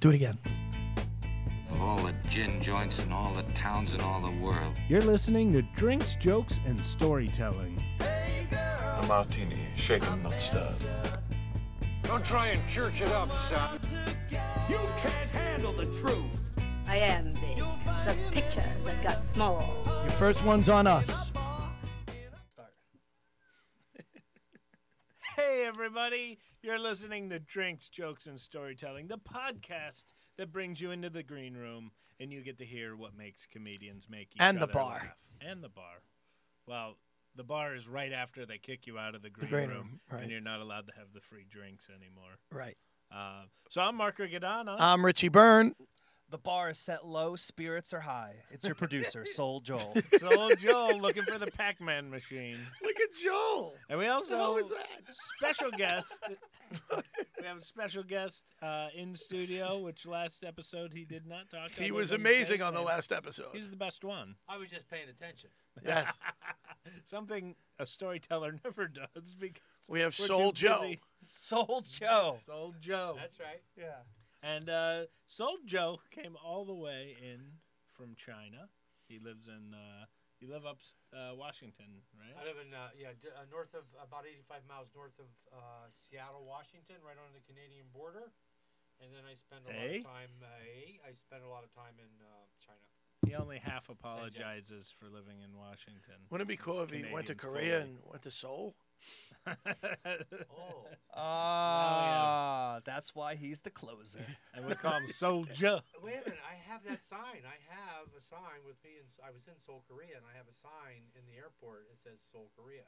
Do it again. Of all the gin joints in all the towns in all the world. You're listening to Drinks, Jokes, and Storytelling. A martini, shaken, not stirred. Don't try and church it up, son. You can't handle the truth. I am big. The picture that got small. Your first one's on us. Hey, everybody. You're listening to Drinks, Jokes, and Storytelling, the podcast that brings you into the green room and you get to hear what makes comedians make each And the other bar. laugh. And the bar. Well, the bar is right after they kick you out of the green, green room, room, right. and you're not allowed to have the free drinks anymore. Right. Uh, so I'm Marco Gadana. I'm Richie Byrne. Uh, The bar is set low, spirits are high. It's your producer, Soul Joel. so old Joel looking for the Pac-Man machine. Look at Joel. And we also that? special guest. we have a special guest uh, in studio, which last episode he did not talk. He other was than to say amazing on the his name. last episode. He's the best one. I was just paying attention. Yes. Something a storyteller never does because We have we're Soul too Joe. busy. Soul Joe. Soul Joe. That's right. Yeah. And uh, Soul Joe came all the way in from China. He lives in uh, you live up uh, Washington, I right? live in uh, yeah, d- uh, north of about 85 miles north of uh, Seattle, Washington, right on the Canadian border. And then I spend a Eh? lot of time. Uh, eh, I spend a lot of time in uh, China. He only half apologizes for living in Washington. Wouldn't it be cool if he went to Canadians Korea fully. and went to Seoul? Oh, Ah, that's why he's the closer. and we call him Soul Joe. wait a minute! I have that sign. I have a sign with me. In, S- I was in Seoul, Korea, and I have a sign in the airport. It says Seoul, Korea.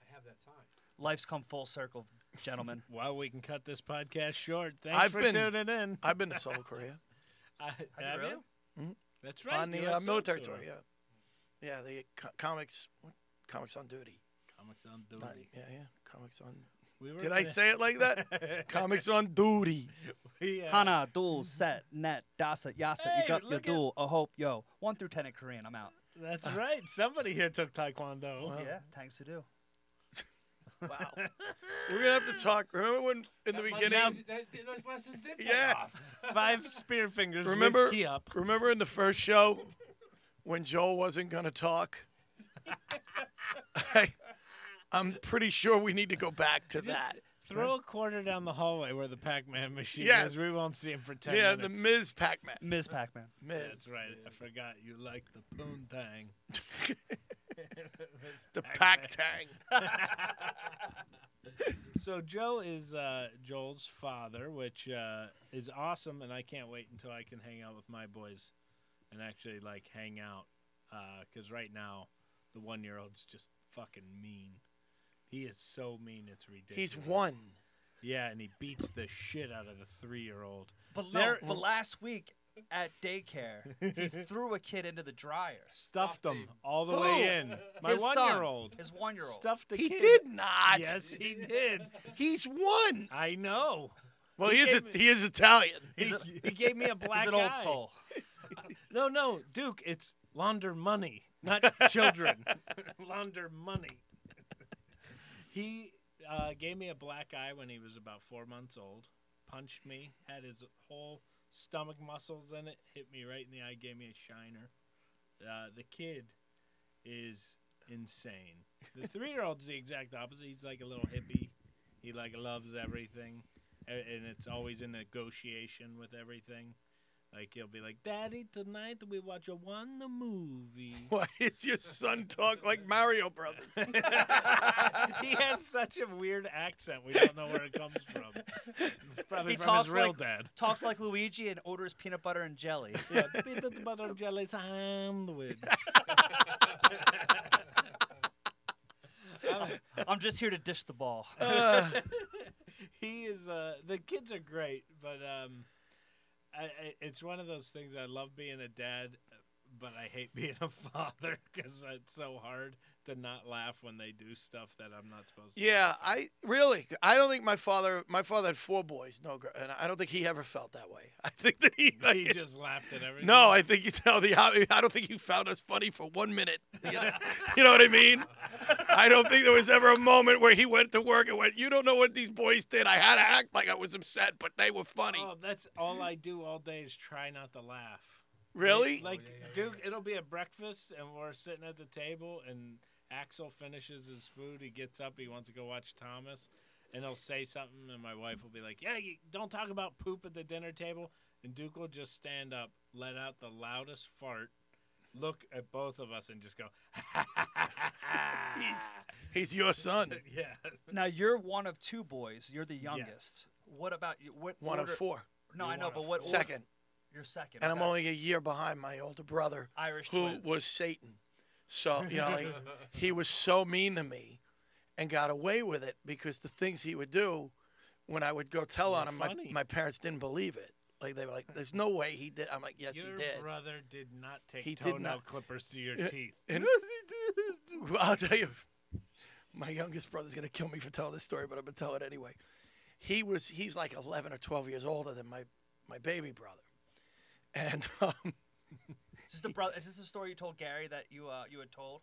I have that sign. Life's come full circle, gentlemen. Well, we can cut this podcast short. Thanks I've for been- tuning in. I've been to Seoul, Korea. I, you have really? you? Mhm. That's right. on the US uh, Soul military Tour. tour. yeah. Yeah, the co- comics, what? comics on duty. Comics on Not- duty. yeah, yeah, comics on. We were Did I gonna- say it like that? comics on duty. we, uh, Hana, duel, set, net, dasa, yasa, Hey, you got your look at- duel, a hope, yo. One through ten in Korean, I'm out. That's right. Somebody here took taekwondo. Wow. Yeah, thanks to do. Wow. We're gonna have to talk. Remember when in the That beginning? must- that- that- those lessons did pay Yeah. off. Five spear fingers. Remember- With key up. Remember in the first show when Joel wasn't going to talk? I, I'm pretty sure we need to go back to that. Throw a quarter down the hallway where the Pac-Man machine Yes. is. We won't see him for ten Yeah, minutes. the Ms. Pac Man. Ms. Pac Man. That's Ms. right. I forgot you like the poontang. The Pac Tang. So Joe is uh, Joel's father, which uh, is awesome, and I can't wait until I can hang out with my boys and actually like hang out. Because right now, the one-year-old's just fucking mean. He is so mean, it's ridiculous. He's one. Yeah, and he beats the shit out of the three-year-old. But, no, There- but last week at daycare, he threw a kid into the dryer. Stuffed him all the Who? way in. My His son, one-year-old. His one year old. Stuffed the He kid. did not. Yes, he did. He's one. I know. Well, he, is gave a, he is Italian. He, he gave me a black He's an old eye. soul. No, no, Duke, it's launder money, not children. launder money. he uh, gave me a black eye when he was about four months old, punched me, had his whole stomach muscles in it, hit me right in the eye, gave me a shiner. Uh, the kid is insane. The three year old's the exact opposite. He's like a little hippie, he like loves everything. a- And it's always in negotiation with everything. Like he'll be like, "Daddy, tonight we watch a one movie." Why is your son talk like Mario Brothers? he has such a weird accent. We don't know where it comes from. It's probably He from talks his real like- dad. Talks like Luigi and orders peanut butter and jelly. Yeah, peanut butter and jelly sandwich. I'm just here to dish the ball. Uh, he is. Uh, the kids are great, but um, I, I, it's one of those things. I love being a dad, but I hate being a father because it's so hard to not laugh when they do stuff that I'm not supposed to. Yeah, laugh at. I really, I don't think my father, my father had four boys, no girl, and I don't think he ever felt that way. I think that he, like, he just laughed at everything. no, I think you tell the, I don't think you found us funny for one minute. You know, you know what I mean? I don't think there was ever a moment where he went to work and went, you don't know what these boys did. I had to act like I was upset, but they were funny. Oh, that's all I do all day is try not to laugh. really? Like, Duke, it'll be at breakfast, and we're sitting at the table, and Axel finishes his food. He gets up. He wants to go watch Thomas, and he'll say something, and my wife will be like, "Yeah, you don't talk about poop at the dinner table." And Duke will just stand up, let out the loudest fart, look at both of us, and just go, he's, he's your son, "Yeah." Now you're one of two boys. You're the youngest. What about you? What one of order- four, No, You're I know, one but of what four. order- second, You're second. and I'm okay. only a year behind my older brother. Irish who twins. was Satan. So, you know, like, he was so mean to me and got away with it because the things he would do when I would go tell on You're him, my, funny. my parents didn't believe it. Like, they were like, there's no way he did. I'm like, yes, Your he did. brother did not take He did toenail not- clippers to your Yeah. teeth. And Well, I'll tell you, my youngest brother's gonna kill me for telling this story, but I'm gonna tell it anyway. He was he's like 11 or 12 years older than my my baby brother, and um, Is this the brother? Is this the story you told Gary that you uh, you had told?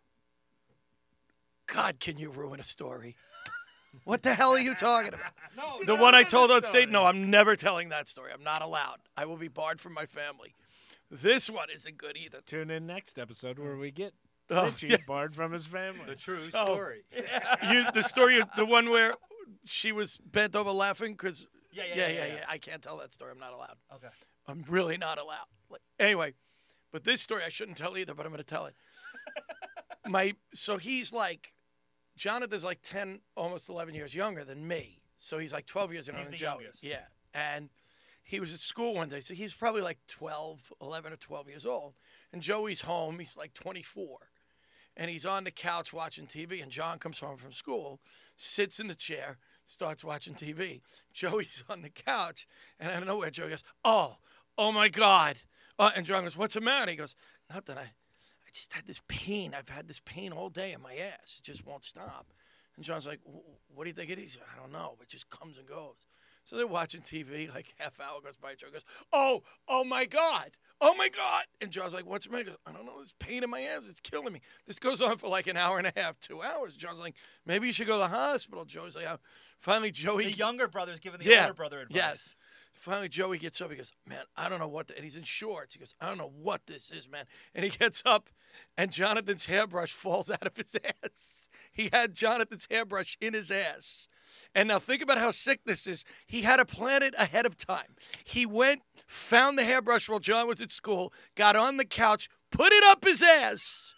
God, can you ruin a story? What the hell are you talking about? No, The one I told on stage. No, I'm never telling that story. I'm not allowed. I will be barred from my family. This one isn't good either. Tune in next episode where we get Oh, Richie yeah. barred from his family. the true So- story. You, the story, the one where she was bent over laughing because. Yeah, yeah, yeah, yeah, yeah. I can't tell that story. I'm not allowed. Okay. I'm really not allowed. Like, anyway, but this story I shouldn't tell either, but I'm going to tell it. My so he's like, Jonathan's like ten, almost eleven years younger than me. So he's like twelve years younger He's than the Joey. youngest. Yeah, and he was at school one day, so he's probably like 12, 11 or twelve years old. And Joey's home. He's like twenty four, and he's on the couch watching TV. And John comes home from school, sits in the chair, starts watching TV. Joey's on the couch, and I don't know where Joey goes, Oh, oh my God. Uh, and John goes, What's the matter? He goes, Nothing. I, I just had this pain. I've had this pain all day in my ass. It just won't stop. And John's like, "Wh- What do you think it is? I don't know. It just comes and goes. So they're watching TV, like half hour goes by. Joe goes, Oh, oh my God. Oh my God. And John's like, What's the matter? He goes, I don't know. This pain in my ass. It's killing me. This goes on for like an hour and a half, two hours. John's like, Maybe you should go to the hospital. Joey's like, "Oh." Finally, Joey. The younger brother's giving the Yeah. older brother advice. Yes. Finally, Joey gets up. He goes, "Man, I don't know what." The, and he's in shorts. He goes, "I don't know what this is, man." And he gets up, and Jonathan's hairbrush falls out of his ass. He had Jonathan's hairbrush in his ass. And now think about how sick this is. He had a planet ahead of time. He went, found the hairbrush while John was at school, got on the couch, put it up his ass,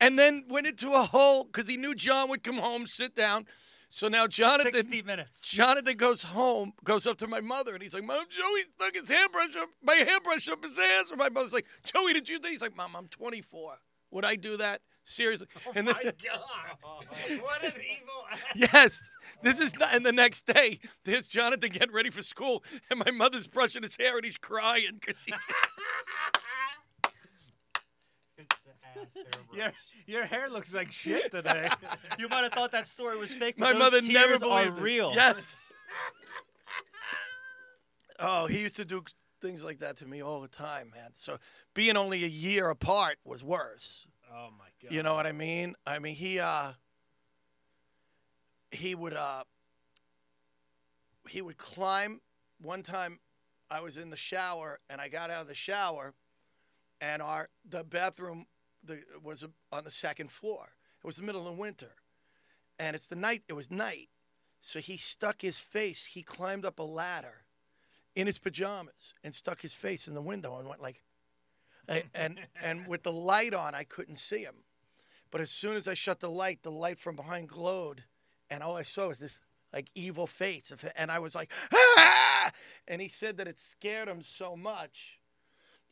and then went into a hole because he knew John would come home, sit down. So now Jonathan. 60 minutes. Jonathan goes home, goes up to my mother, and he's like, Mom, Joey stuck his hairbrush up, my hairbrush up his ass. And my mother's like, Joey, did you do? He's like, Mom, I'm 24. Would I do that? Seriously. and then, Oh God, what an evil act. yes, this is not. And the next day, there's Jonathan getting ready for school, and my mother's brushing his hair, and he's crying because he It's the ass hairbrush. Your, your hair looks like shit today. You might have thought that story was fake. My but mother those never tears are believed it. real. Yes. oh, he used to do things like that to me all the time, man. So being only a year apart was worse. oh my god. You know what I mean? I mean he uh he would uh he would climb one time I was in the shower and I got out of the shower and our the bathroom the, was on the second floor. It was the middle of winter. And it's the night it was night. So he stuck his face, he climbed up a ladder in his pajamas and stuck his face in the window and went like I- and and with the light on, I couldn't see him. But as soon as I shut the light, the light from behind glowed, and all I saw was this like evil face. of- And I was like, ah! And he said that it scared him so much.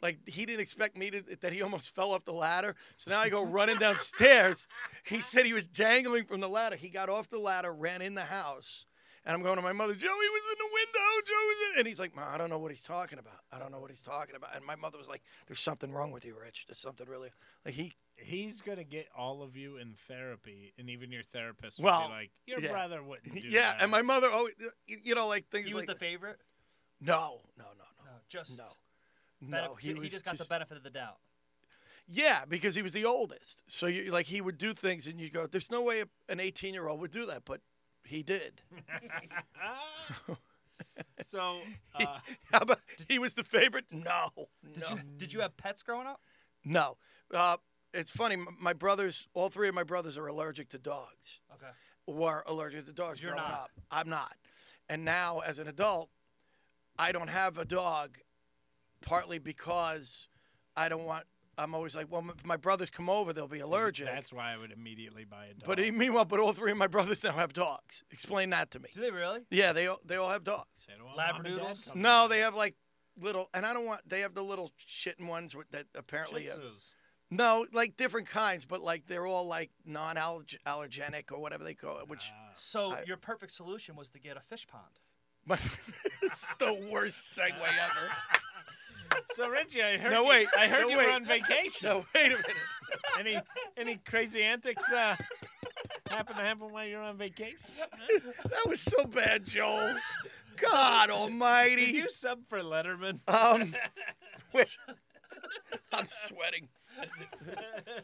Like he didn't expect me to that he almost fell off the ladder. So now I go running downstairs. He said he was dangling from the ladder. He got off the ladder, ran in the house, And I'm going to my mother, Joey was in the window, Joey was in. And he's like, Ma, I don't know what he's talking about. I don't know what he's talking about. And my mother was like, There's something wrong with you, Rich. There's something really, like, he, He's gonna get all of you in therapy, and even your therapist will Well, be like, "Your yeah. brother wouldn't do yeah. that." And my mother, always, you know, like things He was like, the favorite. no, no, no, no, No, just no. bene- No, he was just got the benefit of the doubt. Yeah, because he was the oldest. So you like he would do things, and you go, "There's no way an 18 year old would do that," but he did. Ah. so uh, How about he was the favorite? No, Did no, you did you have pets growing up? no. Uh, it's funny. m- My brothers, all three of my brothers, are allergic to dogs. Okay. Were allergic to dogs. You're growing not. Up. I'm not. And now, as an adult, I don't have a dog, partly because I don't want. I'm always like, well, if my brothers come over, they'll be allergic. That's why I would immediately buy a dog. But he- meanwhile, but all three of my brothers now have dogs. Explain that to me. Do they really? Yeah, they all, they all have dogs. They don't want mom and dad Labradoodles? coming No, in. they have like little, and I don't want. They have the little shitting ones with- that apparently. uh, Shitsus. no, like different kinds, but like they're all like non-allergenic or whatever they call it, which Ah. So I- your perfect solution was to get a fish pond. my, it's the worst segue ever. so Richie, I heard. No, you, wait, I heard no, you wait. were on vacation. No, wait a minute. Any any crazy antics uh, happen to happen while you're on vacation? That was so bad, Joel. God Almighty. Did you sub for Letterman? um, wait. I'm sweating. I've,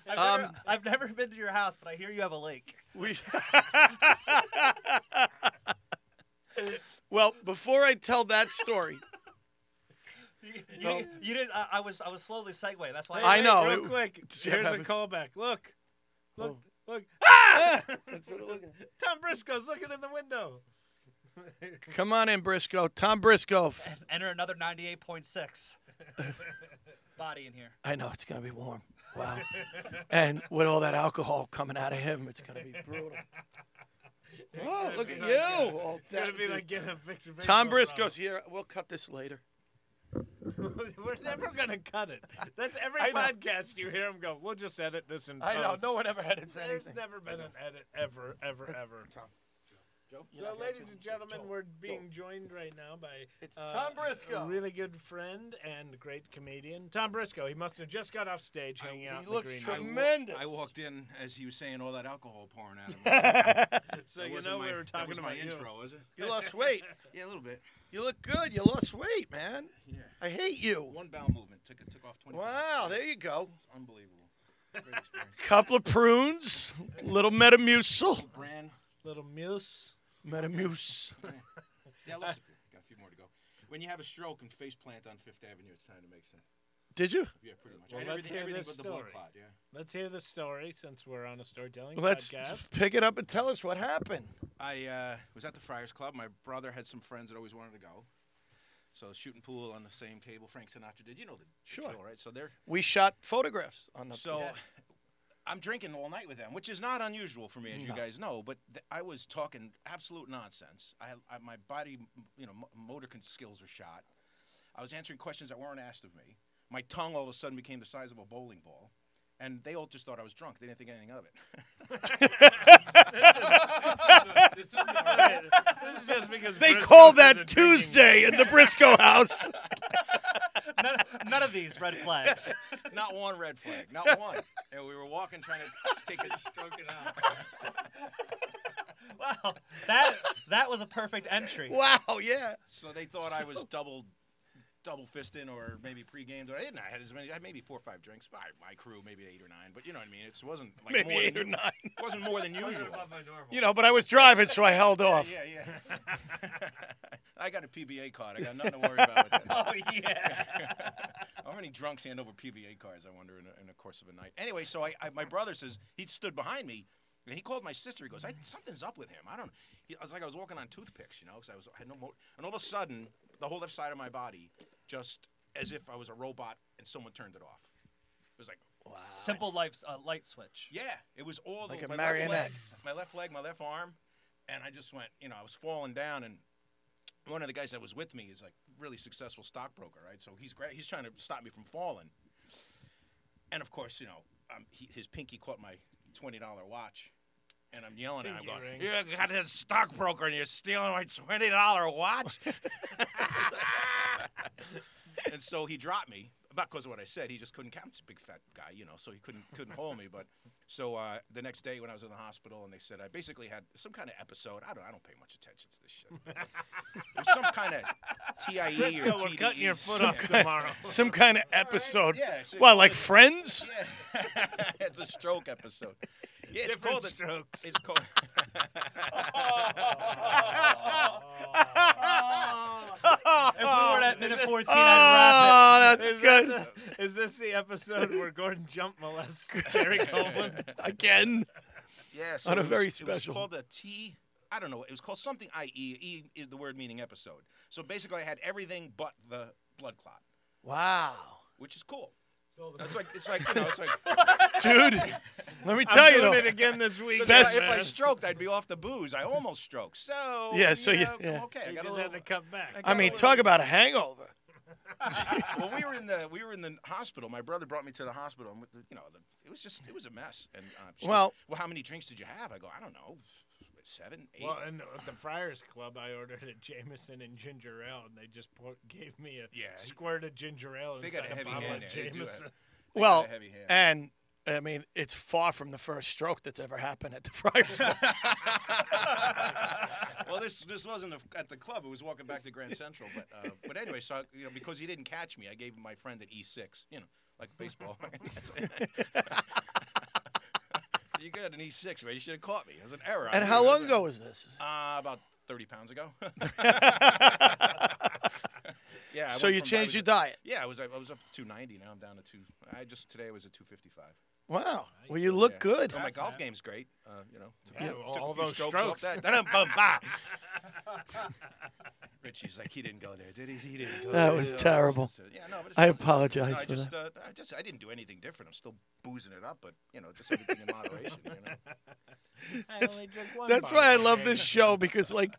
never, Um, I've never been to your house, but I hear you have a lake. We. well, before I tell that story, You, No. you didn't. I, I was I was slowly segueing. That's why I Hey, know, Real it- quick, Did you here's have a a- Oh. Ah! callback. Look, look, look. Ah! That's what it looked like. Tom Briscoe's looking in the window. come on in, Briscoe. Tom Briscoe. enter another ninety eight point six. Body in here. I know it's gonna be warm. Wow. and with all that alcohol coming out of him, it's gonna be brutal. Oh, look at you! all uh, It's gonna be tatted. like getting a picture. Tom Briscoe's here. We'll cut this later. We're never gonna cut it. That's every I know. podcast you hear him go. We'll just edit this and. Um, one ever had it There's never been an edit ever, ever, ever. Tom. So, ladies and gentlemen, we're being joined right now by It's uh, Tom a Briscoe. really good friend and great comedian, Tom Briscoe. He must have just got off stage hanging out. he in looks the green room. tremendous. I walked in as he was saying all that alcohol pouring out of him. So you know we were that talking was about my you. intro, is it? You lost weight. Yeah, a little bit. You look good. You lost weight, man. Yeah. I hate you. One bowel movement took it took off twenty. pounds. Wow, there you go. It's unbelievable. Great experience. Couple of prunes, little Metamucil. Bran, Little Muse. Metamucil. yeah, I lost a few. Got a few more to go. When you have a stroke and face plant on Fifth Avenue, it's trying to make sense. Did you? Yeah, pretty much. Well, I had let's everything, hear everything this but the blood story. clot. Yeah. Let's hear the story since we're on a storytelling Let's podcast. pick it up and tell us what happened. I uh, was at the Friars Club. My brother had some friends that always wanted to go. So shooting pool on the same table Frank Sinatra did. You know the the Sure. drill, right? So they're We shot photographs on the. So I'm drinking all night with them, which is not unusual for me, as you guys know. But th- I was talking absolute nonsense. I, I my body, m- you know, mo- motor con- skills were shot. I was answering questions that weren't asked of me. My tongue all of a sudden became the size of a bowling ball, and they all just thought I was drunk. They didn't think anything of it. this, is alright. This is just because they Briscoe call isn't that drinking. Tuesday in the Briscoe house. None, none of these red flags. not one red flag, not one. And we were walking, trying to take a stroke it out. Wow, that that was a perfect entry. wow, yeah. So they thought I was double, double fisting or maybe pre-gamed. Or I didn't. I had as many. I had maybe four or five drinks. My, my crew maybe eight or nine. But you know what I mean. It wasn't like Maybe more eight than, or nine. It wasn't more than usual. You know, but I was driving, so I held off. Yeah, yeah. I got a PBA card. I got nothing to worry about. With that. Oh yeah. How many drunks hand over PBA cards? I wonder in, a, in the course of a night. Anyway, so I, I my brother says he stood behind me. And he called my sister. He goes, I, "Something's up with him. I don't." He, I was like, I was walking on toothpicks, you know, because I was I had no mo- And all of a sudden, the whole left side of my body, just as if I was a robot, and someone turned it off. It was like, Simple life uh, light switch. Yeah, it was all Like the, a my marionette. Left leg, my left leg, my left arm, and I just went. You know, I was falling down, and one of the guys that was with me is like really successful stockbroker, right? So he's gra- he's trying to stop me from falling, and of course, you know, um, he, his pinky caught my twenty dollar watch, And I'm yelling at him, Pinky going, ring. "You got this stockbroker, and you're stealing my twenty dollar watch." and so he dropped me, not because of what I said. He just couldn't count. He's a big fat guy, you know, so he couldn't couldn't hold me. But so uh, the next day when I was in the hospital, and they said I basically had some kind of episode. I don't I don't pay much attention to this shit. It was some kind of TIE or E, Briscoe, TDE. we're cutting your foot off Yeah. tomorrow. Some kind of episode. Yeah, so- Well, like Friends? Yeah. it's a stroke episode. Yeah, it's Different called a, strokes. It's called. If we were Oh. at minute 14, I'd Oh, that's Is good. that the- is this the episode where Gordon jump molests Gary Coleman? Again. yeah, so On a it was- very It was special- called a T. I don't know. It was called something. IE E is the word meaning episode. So basically, I had everything but the blood clot, Wow. which is cool. So the It's like it's like you know it's like Dude, let me tell I'm you doing though. it again this week. if I- Best- if I stroked, I'd be off the booze. I almost stroked. So Yeah, so you you- know, yeah. okay. I You got a just had little, to cut back. I mean, talk about a hangover. well, we were in the we were in the hospital. My brother brought me to the hospital. And, with the- you know, the, it was just it was a mess. And uh, she goes, Well- well, how many drinks did you have? I go, I don't know, seven, eight. Well, and at the Friars Club, I ordered a Jameson and ginger ale, and they just pour, gave me a Yeah, he- squirt of ginger ale They inside got a heavy bottle hand of there. They do have- Jameson. They got well, a heavy hand. and I mean, it's far from the first stroke that's ever happened at the Friars Club. well, this this wasn't a, at the club. It was walking back to Grand Central. But uh, but anyway, so I, you know because he didn't catch me, I gave my friend an E six. You know, like baseball. you got an E six, man. You should have caught me. It was an error. I and knew how it. I long was ago was this? like, Uh, about thirty pounds ago. yeah. I so went you from- I changed was- your diet. Yeah, I was I was up to two ninety. Now I'm down to two. I just today I was at two fifty five. Wow. Well, you look Yeah. good. Oh, my That's golf nice. game's great. Uh, you know, took a- Yeah, took well, a all few those strokes. strokes. off that. That didn't bum bah. Richie's like he didn't go there, did he? He didn't go. That there. was So, terrible. so- yeah, no, but it's I fine. apologize No, I for just, that. uh, I just, I didn't do anything different. I'm still boozing it up, but you know, just everything in moderation. You know? I That's- only drink one That's bottle why I of love this Jameson. show because, like,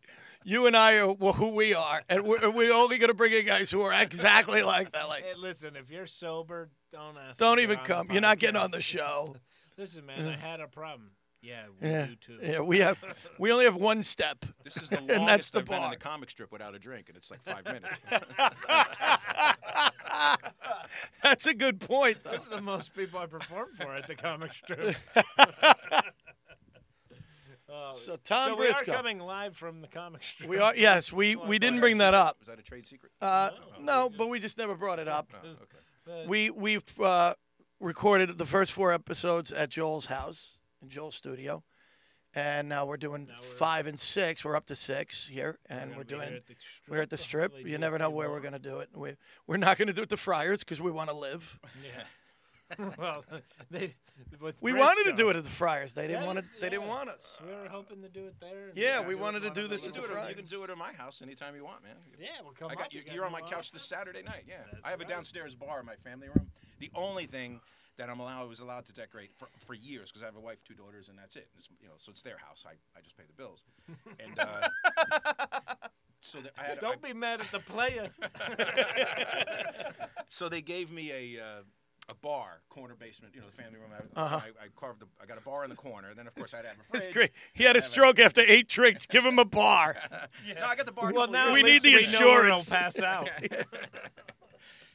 you and I are wh- who we are, and we're, we're only going to bring in guys who are exactly like that. Like, Hey, listen, if you're sober, don't ask. to don't get even on the come. You're not getting podcast. on the show. Listen, man, I had a problem. Yeah, we Yeah. do too. Yeah, we have we only have one step. This is the longest that's the I've been in bar. the comic strip without a drink, and it's like five minutes. That's a good point. Though. This is the most people I performed for at the comic strip. Oh, So Tom so we are Briscoe. coming live from the comic strip. We are yes, we we didn't bring that up. Was that a trade secret? Uh, no, but we just never brought it up. Oh, okay. Uh, We we've uh, recorded the first four episodes at Joel's house in Joel's studio, and now we're doing Now we're- five and six. We're up to six here, and gonna we're be here doing at the strip. we're at the strip. Hopefully do You a never know few where more. we're gonna do it. We we're not gonna do it at the Friars because we want to live. Yeah. well, they with We wanted to do Briscoe, it at the Friars. They didn't That want to. is- They didn't yeah. want us. We were hoping to do it there. and Yeah, then we it wanted to one do of this You at the the can do little- it- you Friars. can do it at my house anytime you want, man. Yeah, we'll come I up, got you, got you're on new my couch office. this Saturday night. Yeah, That's I have right. a downstairs bar in my family room. The only thing that I'm allowed was allowed to decorate for, for years because I have a wife, two daughters, and that's it. It's, you know, so it's their house. I, I just pay the bills. And uh, so that I had, Don't be mad at the player. so they gave me a. Uh, a bar, corner basement, you know, the family room. I, Uh-huh. I, I carved, a, I got a bar in the corner. Then, of course, I'd have a fridge. It's great. He had a stroke after eight drinks. Give him a bar. No, I got the bar. a well, couple now years We at later. need least the we know where it'll insurance. Pass out.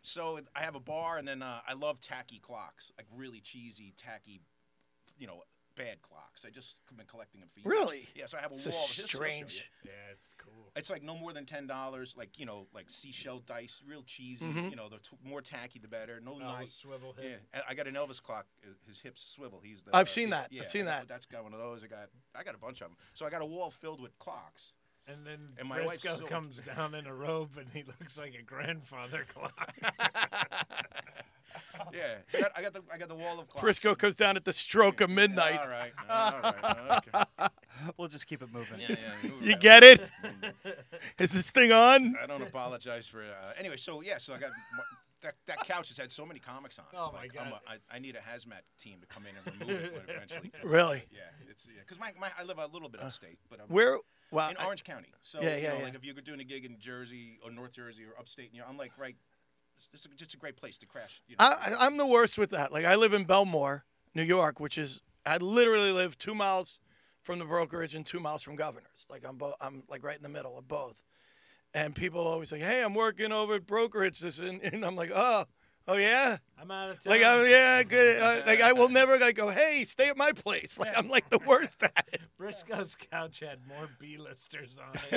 So I have a bar, and then uh, I love tacky clocks, like really cheesy, tacky, you know, bad clocks. I just have been collecting them for years. Really? Yeah. So I have a This wall. is of history. I'll show strange. you. It's like no more than ten dollars. Like you know, like seashell dice, real cheesy. Mm-hmm. You know, the t- more tacky the better. No Oh, nice. swivel Yeah, hit. and I got an Elvis clock. uh, His hips swivel. He's the. uh, I've seen yeah, that. I've Yeah, seen I got- that. That's got one of those. I got. I got a bunch of them. So I got a wall filled with clocks. And then And my wife's Briscoe so- comes down in a robe and he looks like a grandfather clock. Yeah. So I got, I got the. I got the wall of clocks. Frisco comes down at the stroke of midnight. All right. All right. Okay. We'll just keep it moving. Yeah, yeah, move You around. get it? Is this thing on? I don't apologize for. Uh, anyway, so yeah, so I got my- that, that couch has had so many comics on. it. Oh, my Like, I'm God. a- I- I need a hazmat team to come in and remove it when- eventually. 'cause, Really? Uh, Yeah, it's because my, my I live a little bit upstate, but I'm Where? Wow. in Orange County. So Yeah, you yeah, know, yeah. like if you're doing a gig in Jersey or North Jersey or upstate, and you're, I'm like right. it's just a, just a great place to crash. You know. I, I- I'm the worst with that. Like I live in Belmore, New York, which is I literally live two miles from the brokerage and two miles from Governor's. Like I'm, bo- I'm like right in the middle of both. And people always like, "Hey, I'm working over at brokerage," this and, and I'm like, "Oh, oh yeah." I'm out of town. Like I'm yeah good. Uh, like I will never like go. Hey, stay at my place. Like I'm like the worst at it. Briscoe's couch had more B-listers on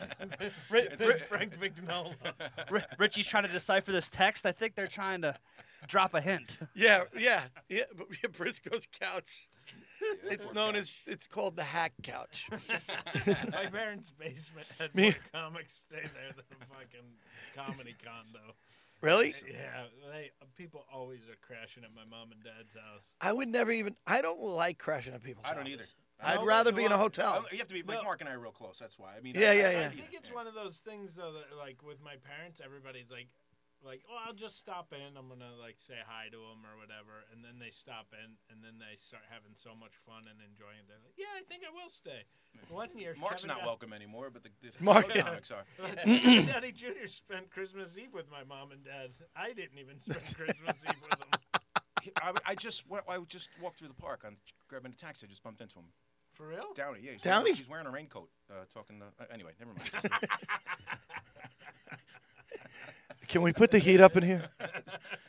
it. Ri- than Frank McNola. Ri- Richie's trying to decipher this text. I think they're trying to drop a hint. Yeah, yeah, yeah. But yeah, Briscoe's couch. It's known as it's called the hack couch. My parents' basement had Me- more comics stay there than a fucking comedy condo. Really? Yeah, they people always are crashing at my mom and dad's house. I would never even. I don't like crashing at people's I don't either. houses. I I'd don't rather like be in a going- hotel. I- You have to be like No. Mark and I are real close. That's why. I mean, Yeah, yeah, I, I, yeah. I, I think it's yeah. one of those things though that like with my parents, everybody's like, like, oh, I'll just stop in. I'm gonna like say hi to them or whatever, and then they stop in, and then they start having so much fun and enjoying it. They're like, yeah, I think I will stay. One year, Mark's Kevin not got- welcome anymore, but the, the Mark- Mark comics are. Kevin Downey Jr. spent Christmas Eve with my mom and dad. I didn't even spend Christmas Eve with them. I, I just wa- I just walked through the park on grabbing a taxi. I just bumped into him. For real? Downey, yeah. He's Downey? Wearing, he's wearing a raincoat. Uh, talking. To, uh, anyway, never mind. Can we put the heat up in here?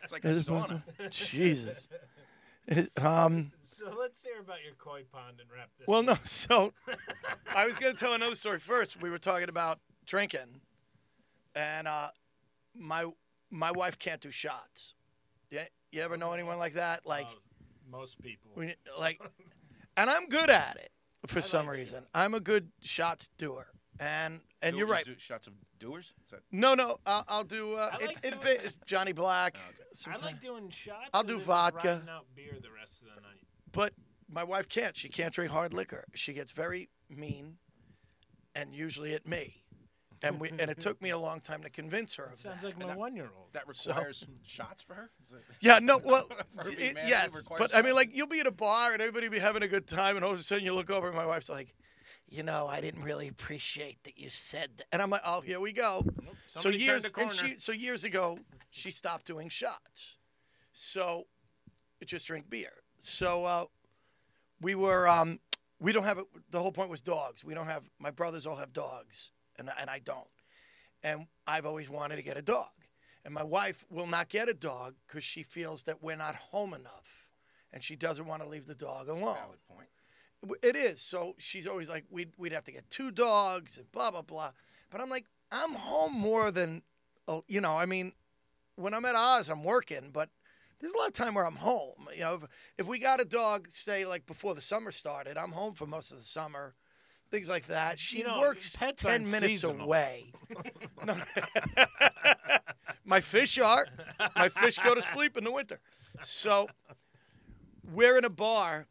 it's like a Is this sauna. possible? Jesus. It- um. So let's hear about your koi pond and wrap this. Well, up. no. So, I was gonna tell another story first. We were talking about drinking, and uh, my my wife can't do shots. Yeah. You ever know anyone like that? Like. Oh, most people. We, like, and I'm good at it for I some like reason. I'm a good shots doer, and and Do- you're you right. do shots of doers. Is that No, no, I'll, I'll do. Uh, I it, like it doing- Oh, fits Johnny Black. I sometime- like doing shots. I'll and do then just vodka. rotting out beer the rest of the night. but my wife can't. She can't drink hard liquor. She gets very mean, and usually at me. And we and it took me a long time to convince her. Of that. Sounds like my one-year-old. that requires shots for her? Is it- Yeah, no, well, For it- being mad, it yes, requires but I mean, shots. like, you'll be at a bar and everybody be having a good time, and all of a sudden you look over and my wife's like, "You know, I didn't really appreciate that you said that," and I'm like, "Oh, here we go." so Somebody turned years the and corner. she so years ago she stopped doing shots, so it just drink beer. So uh, we were um, we don't have a, the whole point was dogs. We don't have my brothers all have dogs, and and I don't. And I've always wanted to get a dog, and my wife will not get a dog because she feels that we're not home enough, and she doesn't want to leave the dog alone. Valid point. W- It is. So she's always like, we'd, we'd have to get two dogs and blah, blah, blah. But I'm like, I'm home more than, uh, you know, I mean, when I'm at Oz, I'm working, but there's a lot of time where I'm home. You know, if, if we got a dog, say, like before the summer started, I'm home for most of the summer, things like that. She You know, works pets 10 aren't minutes seasonal. away. No. My fish are. My fish go to sleep in the winter. So we're in a bar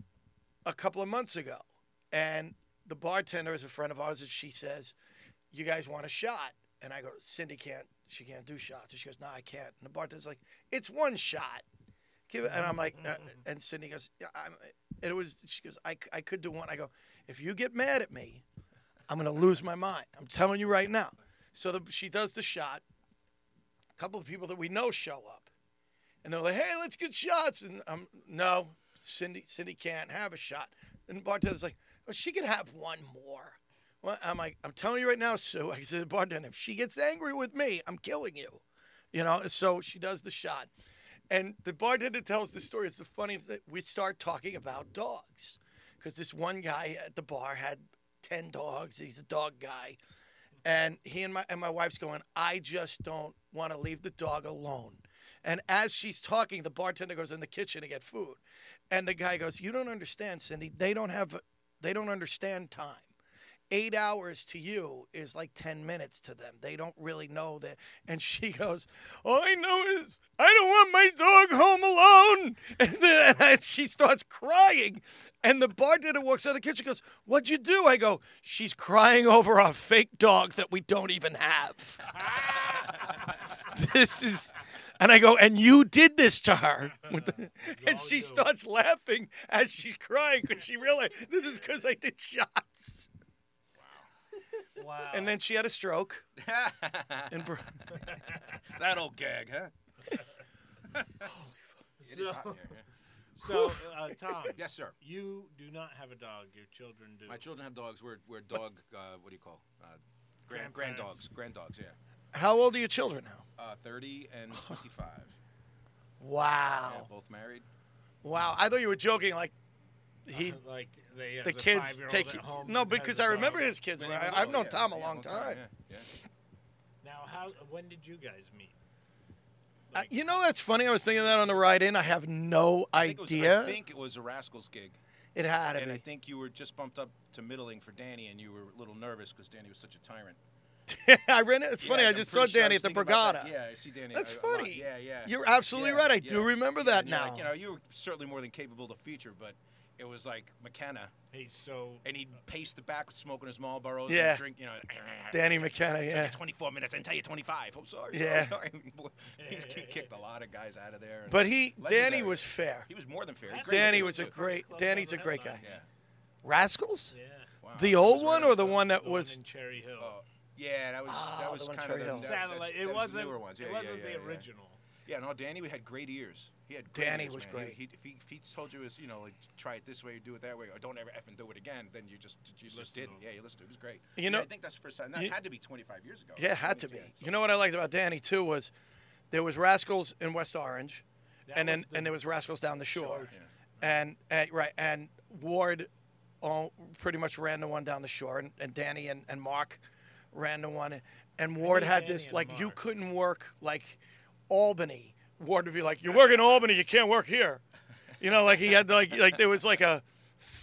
a couple of months ago, and the bartender is a friend of ours, and she says, "You guys want a shot?" And I go, "Cindy can't. She can't do shots." And she goes, "No, I can't." And the bartender's like, "It's one shot." Give it, and I'm like, uh, and Cindy goes, yeah, I'm, it was. She goes, I, c- I could do one. I go, if you get mad at me, I'm gonna lose my mind. I'm telling you right now. So the, she does the shot. A couple of people that we know show up, and they're like, "Hey, let's get shots." And I'm no, Cindy, Cindy can't have a shot. And the bartender's like, "Well, she can have one more." Well, I'm like, "I'm telling you right now, Sue." I said, "Bartender, if she gets angry with me, I'm killing you." You know. So she does the shot, and the bartender tells the story. It's the funniest. That we start talking about dogs, because this one guy at the bar had ten dogs. He's a dog guy and he and my and my wife's going, I just don't want to leave the dog alone. And as she's talking, the bartender goes in the kitchen to get food, and the guy goes, "You don't understand, Cindy. They don't have, they don't understand time. Eight hours to you is like ten minutes to them. They don't really know that." And she goes, "All I know is I don't want my dog home alone." And, then, and she starts crying, and the bartender walks out of the kitchen. Goes, "What'd you do?" I go, "She's crying over our fake dog that we don't even have." this is and i go and you did this to her With the- and all she you. starts laughing as she's crying because she realized this is because i did shots Wow. and then she had a stroke and br- that old gag, huh? So, Hot in here, yeah. So, uh, Tom. Yes, sir. You do not have a dog. Your children do. My children have dogs. We're we're dog. Uh, what do you call? Uh, grand grand Grandparents. dogs. Grand dogs. Yeah. How old are your children now? Uh, Thirty and twenty-five. Wow. Yeah, both married. Wow. I thought you were joking. Like Uh, he, Uh, like they, the kids take at home no and has because a I dog. remember his kids. Many I, years I've old, known yeah, Tom a yeah, long, time. Yeah, Now, how? When did you guys meet? I- you know that's funny. I was thinking that on the ride in. I have no I think, it was, idea. I think it was a Rascals gig, it had to and I be. think you were just bumped up to middling for Danny, and you were a little nervous because Danny was such a tyrant. I ran it. It's Yeah, funny. I I'm just saw pretty sure I Danny was at the thinking about Brigada. that. Yeah, I see Danny. That's a- a lot. funny. Yeah, yeah. You're absolutely Yeah, right. I yeah. do remember that And you're now. Like, you know, you were certainly more than capable to feature, but it was like McKenna, He's so. and he'd pace the back smoking his Marlboros Yeah. and drink, you know. Danny McKenna. "Took you Yeah. 24 minutes. I didn't tell you 25. I'm sorry. Yeah. Sorry. He's, he kicked a lot of guys out of there. and But he, Danny legendary. was fair. he was more than fair. He That's great Danny looking was a too. great. Club Danny's a Level great Up. guy. Yeah. Rascals? Yeah. Wow. The That old was one right or the up- one that the was? one in Cherry Hill. Oh, yeah, that was Ah, that was the one kind Cherry of the, Hill. that- that's- Satellite. that It was the wasn't. newer ones. Yeah, it yeah, wasn't yeah, the yeah. original. Yeah, no, Danny had great ears. He had great Danny ears, was man. great. He, he, if, he, if he told you, his, you know, like, try it this way, do it that way, or don't ever effing do it again, then you just you just Listen didn't. to Yeah, you listened to it. It was great. You Yeah, know- I think that's the first time. and That you- had to be 25 years ago. Yeah, it had to 20, be. yeah, so- You know what I liked about Danny too was there was Rascals in West Orange, That and then was the- and there was Rascals down the shore, Shore, and, and right and Ward, all, pretty much ran the one down the shore, and, and Danny and, and Mark ran the one, and Ward knew had Danny this and like you Mark. couldn't work like Albany. Ward would be like, "You work in Albany, you can't work here," you know, like he had like like there was like a.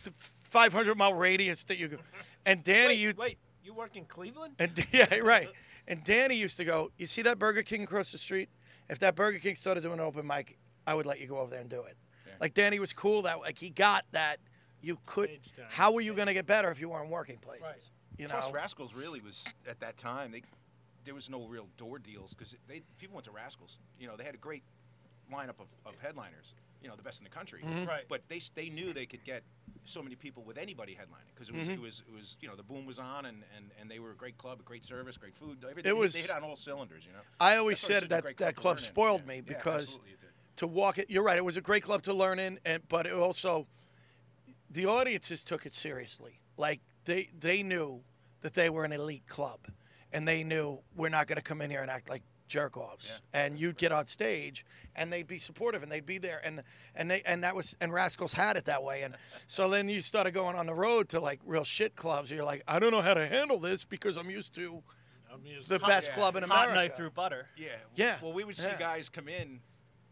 Th- 500 mile radius that you go, and Danny, Wait, you wait, you work in Cleveland? and yeah, right. And Danny used to go, You see that Burger King across the street? If that Burger King started doing an open mic, I would let you go over there and do it. Like Danny was cool that like he got that you could Stage time, how were you stage. gonna get better if you weren't working places? You know Plus, Rascals really was at that time. They there was no real door deals because they people went to Rascals. You know, they had a great lineup of, of headliners. You know, the best in the country. Mm-hmm. Right. But they s- they knew they could get so many people with anybody headlining because it was Mm-hmm. it was it was you know the boom was on and, and, and they were a great club, a great service, great food. Everything. They- they was- hit on all cylinders. You know. I always That's why it's said such a that great that to club learn in. spoiled Yeah. me Yeah, because absolutely it did. to walk it. You're right. It was a great club to learn in, and but it also the audiences took it seriously. Like they they knew that they were an elite club, and they knew we're not going to come in here and act like jerk offs. And you'd get on stage, and they'd be supportive, and they'd be there, and and they and that was and Rascals had it that way, and so then you started going on the road to like real shit clubs. You're like, I don't know how to handle this because I'm used to I'm used the to- best club in America. Hot knife through butter. Yeah. Yeah. Well, we would see Yeah. guys come in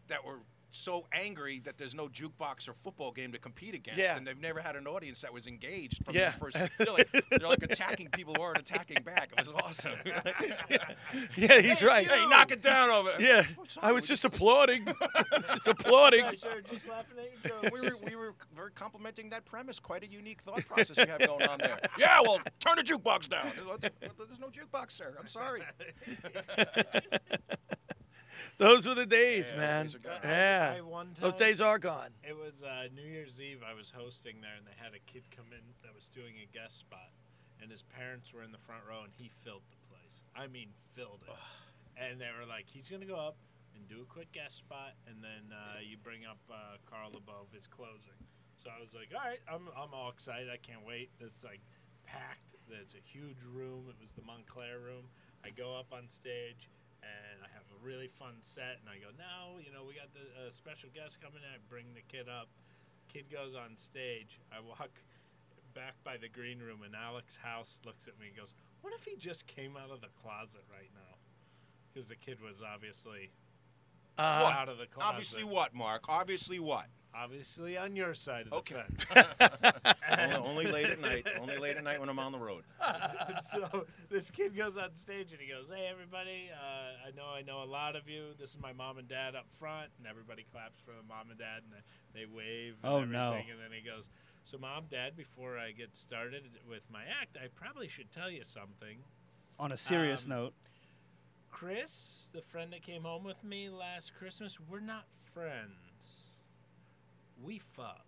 that were so angry that there's no jukebox or football game to compete against, Yeah. and they've never had an audience that was engaged from Yeah. the first. They're like, they're like attacking people who aren't attacking back. It was awesome. Yeah, he's right. hey, knock it down over. Yeah, Oh, sorry, I was we just applauding. I was just applauding. Sorry, sir, just laughing at your we were, we were very complimenting that premise. Quite a unique thought process you have going on there. Yeah, well, turn the jukebox down. Well, there- well, There's no jukebox, sir. I'm sorry. Those were the days, man. Yeah, those days are gone. yeah, I one time, those days are gone. It was uh, New Year's Eve. I was hosting there, and they had a kid come in that was doing a guest spot, and his parents were in the front row, and he filled the place. I mean, filled it. and they were like, "He's gonna go up and do a quick guest spot, and then uh, you bring up uh, Carl Above. It's closing." So I was like, "All right, I'm I'm all excited. I can't wait." It's like packed. It's a huge room. It was the Montclair room. I go up on stage and I have a really fun set, and I go, now, you know, we got the uh, special guest coming in. I bring the kid up. Kid goes on stage. I walk back by the green room, and Alex House looks at me and goes, what if he just came out of the closet right now? Because the kid was obviously Uh, out of the closet. Obviously, what, Mark? Obviously, what? Obviously on your side of Okay. the fence. only, only late at night. Only late at night when I'm on the road. And so this kid goes on stage and he goes, "Hey everybody, uh, I know I know a lot of you. This is my mom and dad up front." And everybody claps for the mom and dad and they they wave and Oh, everything. no. And then he goes, "So mom, dad, before I get started with my act, I probably should tell you something." On a serious Um, note, Chris, the friend that came home with me last Christmas, we're not friends. We fuck.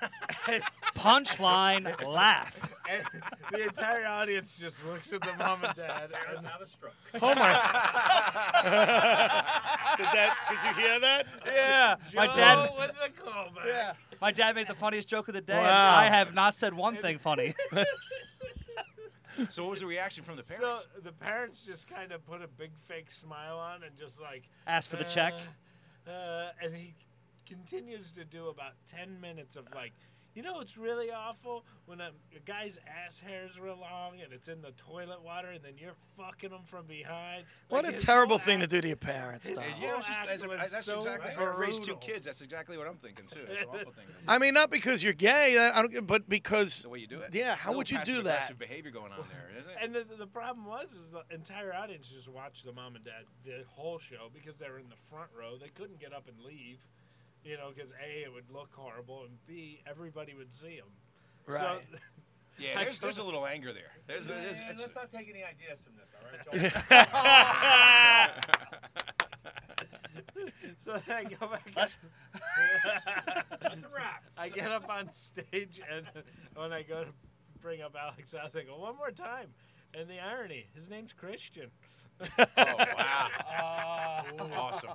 punchline, laugh. And the entire audience just looks at the mom and dad. and- oh my! Did that? Did you hear that? Yeah, my dad. Yeah. My dad made the funniest joke of the day. and Wow. I have not said one thing funny. So what was the reaction from the parents? So the parents just kind of put a big fake smile on and just like Ask for the check. uh, uh, and he continues to do about ten minutes of like, you know, it's really awful when a, a guy's ass hair is real long and it's in the toilet water, and then you're fucking him from behind. What a Like, his terrible whole thing to act- do to your parents, his though. Yeah, it's whole just, act as a, was that's so exactly. I raised two brutal. kids. That's exactly what I'm thinking too. It's an awful thing. I mean, not because you're gay, that- I don't, get- but because The way you do it. Yeah, how Little would you do passive that? aggressive behavior going on there, isn't it? And the, the problem was is the entire audience just watched the mom and dad the whole show because they were in the front row. They couldn't get up and leave, you know, because a it would look horrible and b everybody would see them. Right. So, Yeah, I there's, there's a couldn't- little anger there. There's, Man, there's, it's, let's not take any ideas from this, all right, Joel? so then I go back. Let's- That's a wrap. I get up on stage and when I go to bring up Alex, I was like, one more time. And the irony, his name's Christian. oh wow! Oh, awesome.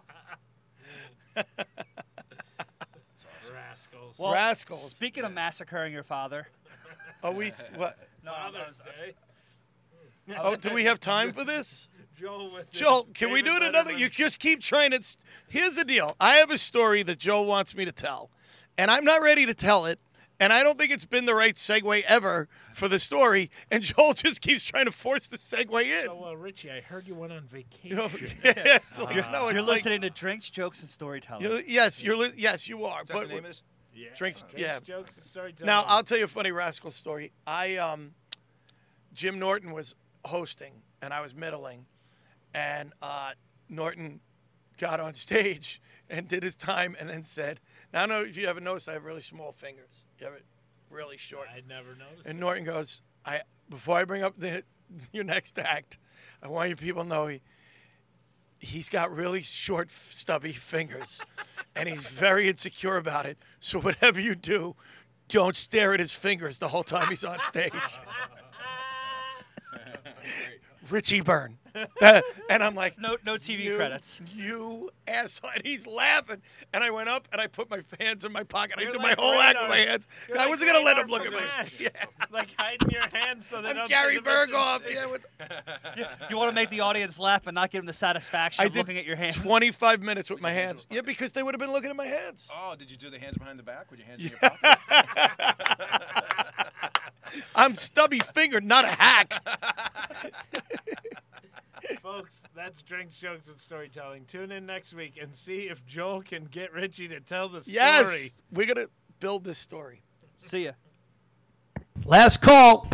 Rascals. Well, Rascals. Speaking of massacring your father. Are we? s- What? No, Father's Day. Oh, do we have time for this? Joel with Joel, his can we do David it another? Letterman- You just keep trying it. S- Here's the deal. I have a story that Joel wants me to tell, and I'm not ready to tell it. And I don't think it's been the right segue ever for the story. And Joel just keeps trying to force the segue in. So, uh, Richie, I heard you went on vacation. know, Oh, yeah, it's like- Ah. you're no, it's uh, you're like- listening to drinks, jokes, and storytelling. You- yes, you're. Li- yes, you are. Is that but the name of this? Yeah. Drinks- yeah. Jokes and storytelling. Now I'll tell you a funny rascal story. I um, Jim Norton was hosting and I was middling, and uh, Norton got on stage and did his time and then said, "Now I don't know if you ever noticed I have really small fingers. You have it really short." I never noticed. And it. Norton goes, "I before I bring up the, your next act, I want you people to know he he's got really short, stubby fingers, and he's very insecure about it. So whatever you do, don't stare at his fingers the whole time he's on stage." Richie Byrne, Uh, and I'm like, No, no TV "You- credits. You asshole! And he's laughing, and I went up and I put my hands in my pocket. I You're did like my whole act with my Radar. hands. You're I like wasn't gonna let him Radar look at from my. Smash. Yeah. like hiding your hands so they I'm don't. see Gary the mission Berghoff. thing. Yeah, with You want to make the audience laugh but not give them the satisfaction I of did looking at your hands. 25 minutes with my hands. Yeah, because they would have been looking at my hands. Oh, did you do the hands behind the back with your hands in your pocket? I'm stubby fingered, not a hack. Folks, that's drinks, jokes, and storytelling. Tune in next week and see if Joel can get Richie to tell the story. Yes, we're gonna build this story. See ya. Last call.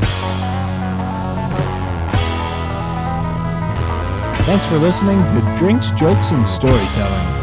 Thanks for listening to Drinks, Jokes, and Storytelling.